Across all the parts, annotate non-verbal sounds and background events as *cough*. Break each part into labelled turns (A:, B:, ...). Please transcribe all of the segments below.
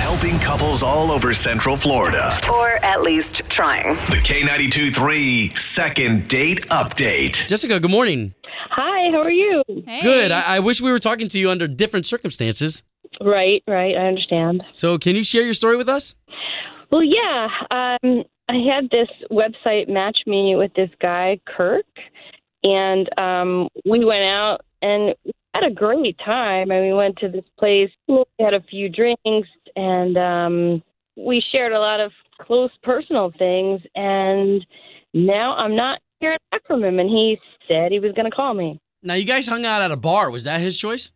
A: helping couples all over Central Florida.
B: Or at least trying.
A: The K92 3 Second Date Update.
C: Jessica, good morning.
D: Hi, how are you?
E: Hey.
C: Good. I, I wish we were talking to you under different circumstances.
D: Right, right, I understand.
C: So, can you share your story with us?
D: Well, yeah, um, I had this website match me with this guy, Kirk, and um, we went out and we had a great time. And we went to this place, we had a few drinks, and um, we shared a lot of close personal things. And now I'm not hearing back from him, and he said he was going to call me.
C: Now, you guys hung out at a bar. Was that his choice?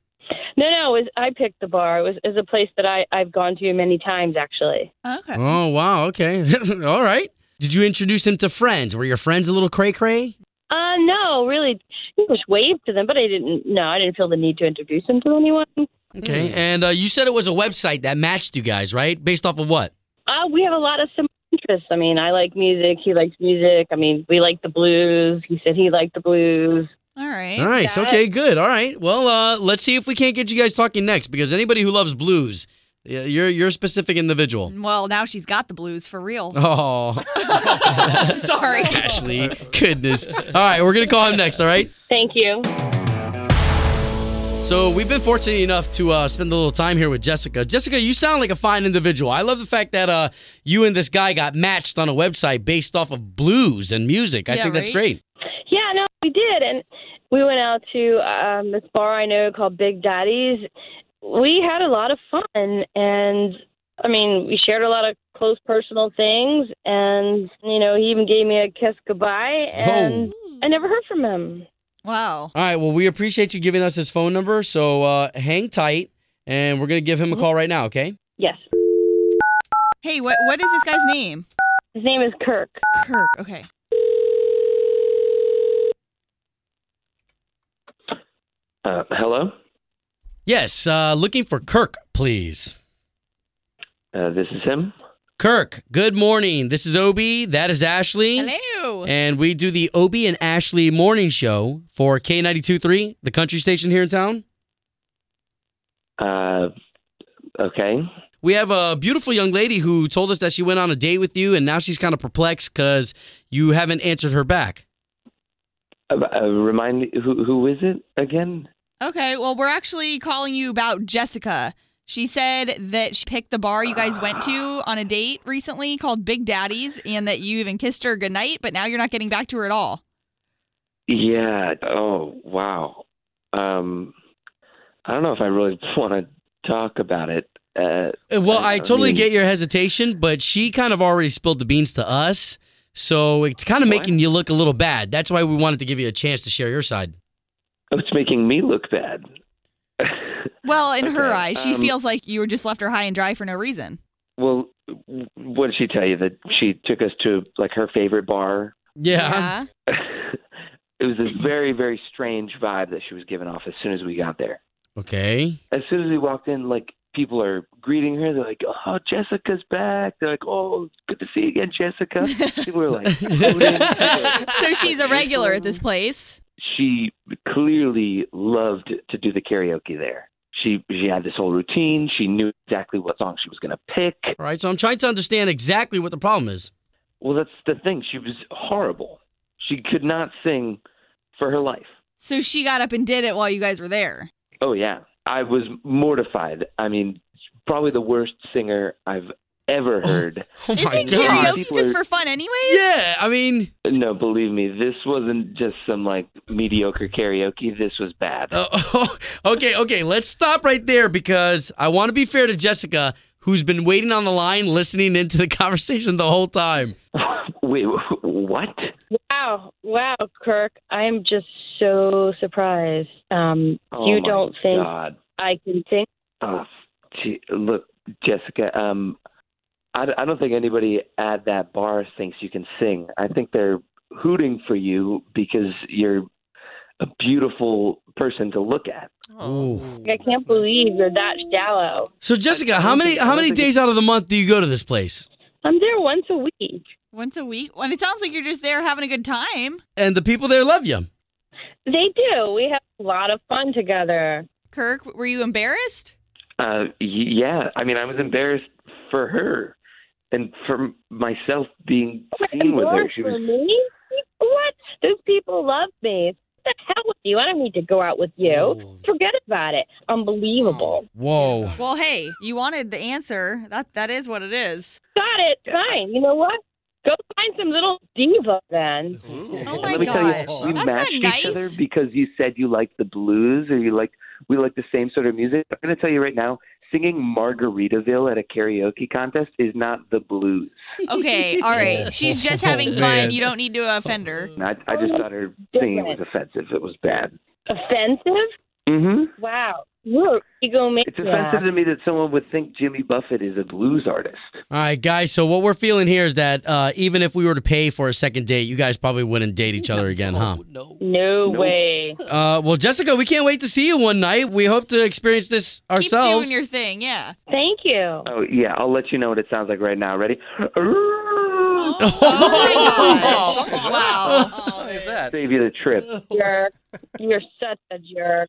D: No, no, it was, I picked the bar. It was, it was a place that I, I've gone to many times, actually.
E: Okay.
C: Oh, wow. Okay. *laughs* All right. Did you introduce him to friends? Were your friends a little cray cray?
D: Uh, no, really. I just waved to them, but I didn't. No, I didn't feel the need to introduce them to anyone.
C: Okay. And uh, you said it was a website that matched you guys, right? Based off of what?
D: Uh, we have a lot of similar interests. I mean, I like music. He likes music. I mean, we like the blues. He said he liked the blues.
E: All right.
C: Nice.
D: that.
C: Okay, good. All right. Well, uh, let's see if we can't get you guys talking next because anybody who loves blues, y- you're, you're a specific
E: *laughs*
C: individual.
E: Well, now she's got the blues for real. *laughs*
C: Oh,
E: Sorry.
C: Ashley. Goodness. All right. We're going to call him next. All right.
D: Thank you.
C: So we've been fortunate enough to uh, spend a little time here with Jessica. Jessica, you sound like a fine individual. I love the fact that uh, you and this guy got matched on a website based off of blues and music. I
E: Yeah,
C: think that's
E: right?
C: great.
D: Yeah, no, we did, and we went out to um, this bar I know called Big Daddy's. We had a lot of fun, and I mean, we shared a lot of close personal things, and you know, he even gave me a kiss goodbye, and I never heard from him.
E: Wow.
C: All right. Well, we appreciate you giving us his phone number. So uh, hang tight, and we're gonna give
E: Mm-hmm.
C: him a call right now. Okay.
D: Yes,
E: Hey, what what is this guy's name?
D: his name is Kirk.
E: Kirk. Okay.
F: Uh, hello,
C: Yes. Uh, looking for Kirk, please.
F: uh, this is him.
C: Kirk. Good morning. This is Obi. That is Ashley.
E: Hello.
C: And we do the Obi and Ashley morning show for K92.3, the country station here in town.
F: Uh, okay.
C: We have a beautiful young lady who told us that she went on a date with you, and now she's kind of perplexed because you haven't answered her back.
F: Uh, uh, remind me who who is it again?
E: Okay. Well, we're actually calling you about Jessica. She said that she picked the bar you guys went to on a date recently called Big Daddy's, and that you even kissed her goodnight, but now you're not getting back to her at all.
F: Yeah. Oh wow. Um, I don't know if I really *laughs* want to talk about it. Uh,
C: Uh, Well,
F: I-
C: I
F: I
C: totally
F: mean-
C: get your hesitation, but she kind of already spilled the beans to us, so it's kind of
F: What?
C: making you look a little bad. That's why we wanted to give you a chance to share your side.
F: oh, it's making me look bad. *laughs*
E: Well, in her
F: Okay,
E: eyes, she
F: um,
E: feels like you were just left her high and dry for no reason.
F: well, w- what did she tell you that she took us to like her favorite bar? *laughs*
C: Yeah.
F: it was this very very strange vibe that she was giving off as soon as we got there.
C: Okay.
F: as soon as we walked in, like people are greeting her. They're like, "Oh, Jessica's back." They're like, "Oh, it's good to see you again, Jessica."
E: *laughs*
F: people are like, quoting. People are-
E: so she's a regular at this place.
F: she clearly loved to do the karaoke there. She she had this whole routine. She knew exactly what song she was going to pick.
C: All right. So I'm trying to understand exactly what the problem is.
F: Well, that's the thing. She was horrible. She could not sing for her life.
E: So she got up and did it while you guys were there.
F: Oh yeah, I was mortified. I mean, probably the worst singer I've
E: *laughs*
F: ever heard.
C: Oh my
E: Isn't
C: god.
E: karaoke
F: People
E: just
F: are-
E: for fun anyways?
C: Yeah. I mean.
F: No, believe me, this wasn't just some like mediocre karaoke. This was bad.
D: Oh.
C: Uh, *laughs* okay, okay. Let's stop right there because I want to be fair to Jessica, who's been waiting on the line, listening into the *laughs* conversation the whole time.
F: *laughs* Wait, wh- what?
D: Wow, wow, Kirk, I am just so surprised. Um,
F: Oh
D: you
F: my
D: don't think
F: God.
D: I can sing?
F: Oh, gee, look, Jessica. Um, I, d- I don't think anybody at that bar thinks you can sing. I think they're hooting for you because you're a beautiful person to look at.
C: Ooh.
D: I can't believe you're that shallow.
C: So Jessica, how many how many days out of the month do you go to this place?
D: I'm there once a week.
E: Once a week? And it sounds like you're just there having a good time.
C: And the people there love you.
D: They do. We have a lot of fun together.
E: Kirk, were you embarrassed?
F: Uh, y- yeah, I mean, I was embarrassed for her and for myself being
D: And
F: seen with her.
D: more
F: She
D: for
F: was
D: me? What? Those people love me. What the hell with you? I don't need to go out with you.
C: Oh.
D: Forget about it. Unbelievable.
F: Oh.
C: Whoa.
E: Well, hey, you wanted the answer. That that is what it is.
D: Got it. Fine. You know what? Go find some little diva then.
E: Oh my
F: Let me
E: gosh.
F: tell you, we
E: That's
F: matched
E: not
F: each other
E: nice.
F: because you said you liked the blues or you like we like the same sort of music. I'm going to tell you right now, singing Margaritaville at a karaoke contest is not the blues.
C: *laughs*
E: Okay, all right. She's just having
C: Oh,
E: fun.
C: man.
E: You don't need to offend her.
F: And I, I
E: Oh,
F: just thought her singing was offensive. It was bad.
D: Offensive?
F: hmm
D: Wow. You're egomaniac.
F: It's offensive to me that someone would think Jimmy Buffett is a blues artist.
C: All right, guys. So what we're feeling here is that uh, even if we were to pay for a second date, you guys probably wouldn't date each other again, huh?
D: No,
F: No.
D: way.
C: Uh, well, Jessica, we can't wait to see you one night. We hope to experience this
E: Keep
C: ourselves.
E: doing your thing. Yeah.
C: *laughs*
D: Thank you.
F: Oh, yeah, I'll let you know what it sounds like right now. Ready?
E: Oh, my gosh. Wow.
F: Save you the trip.
D: Jerk. You're such a jerk.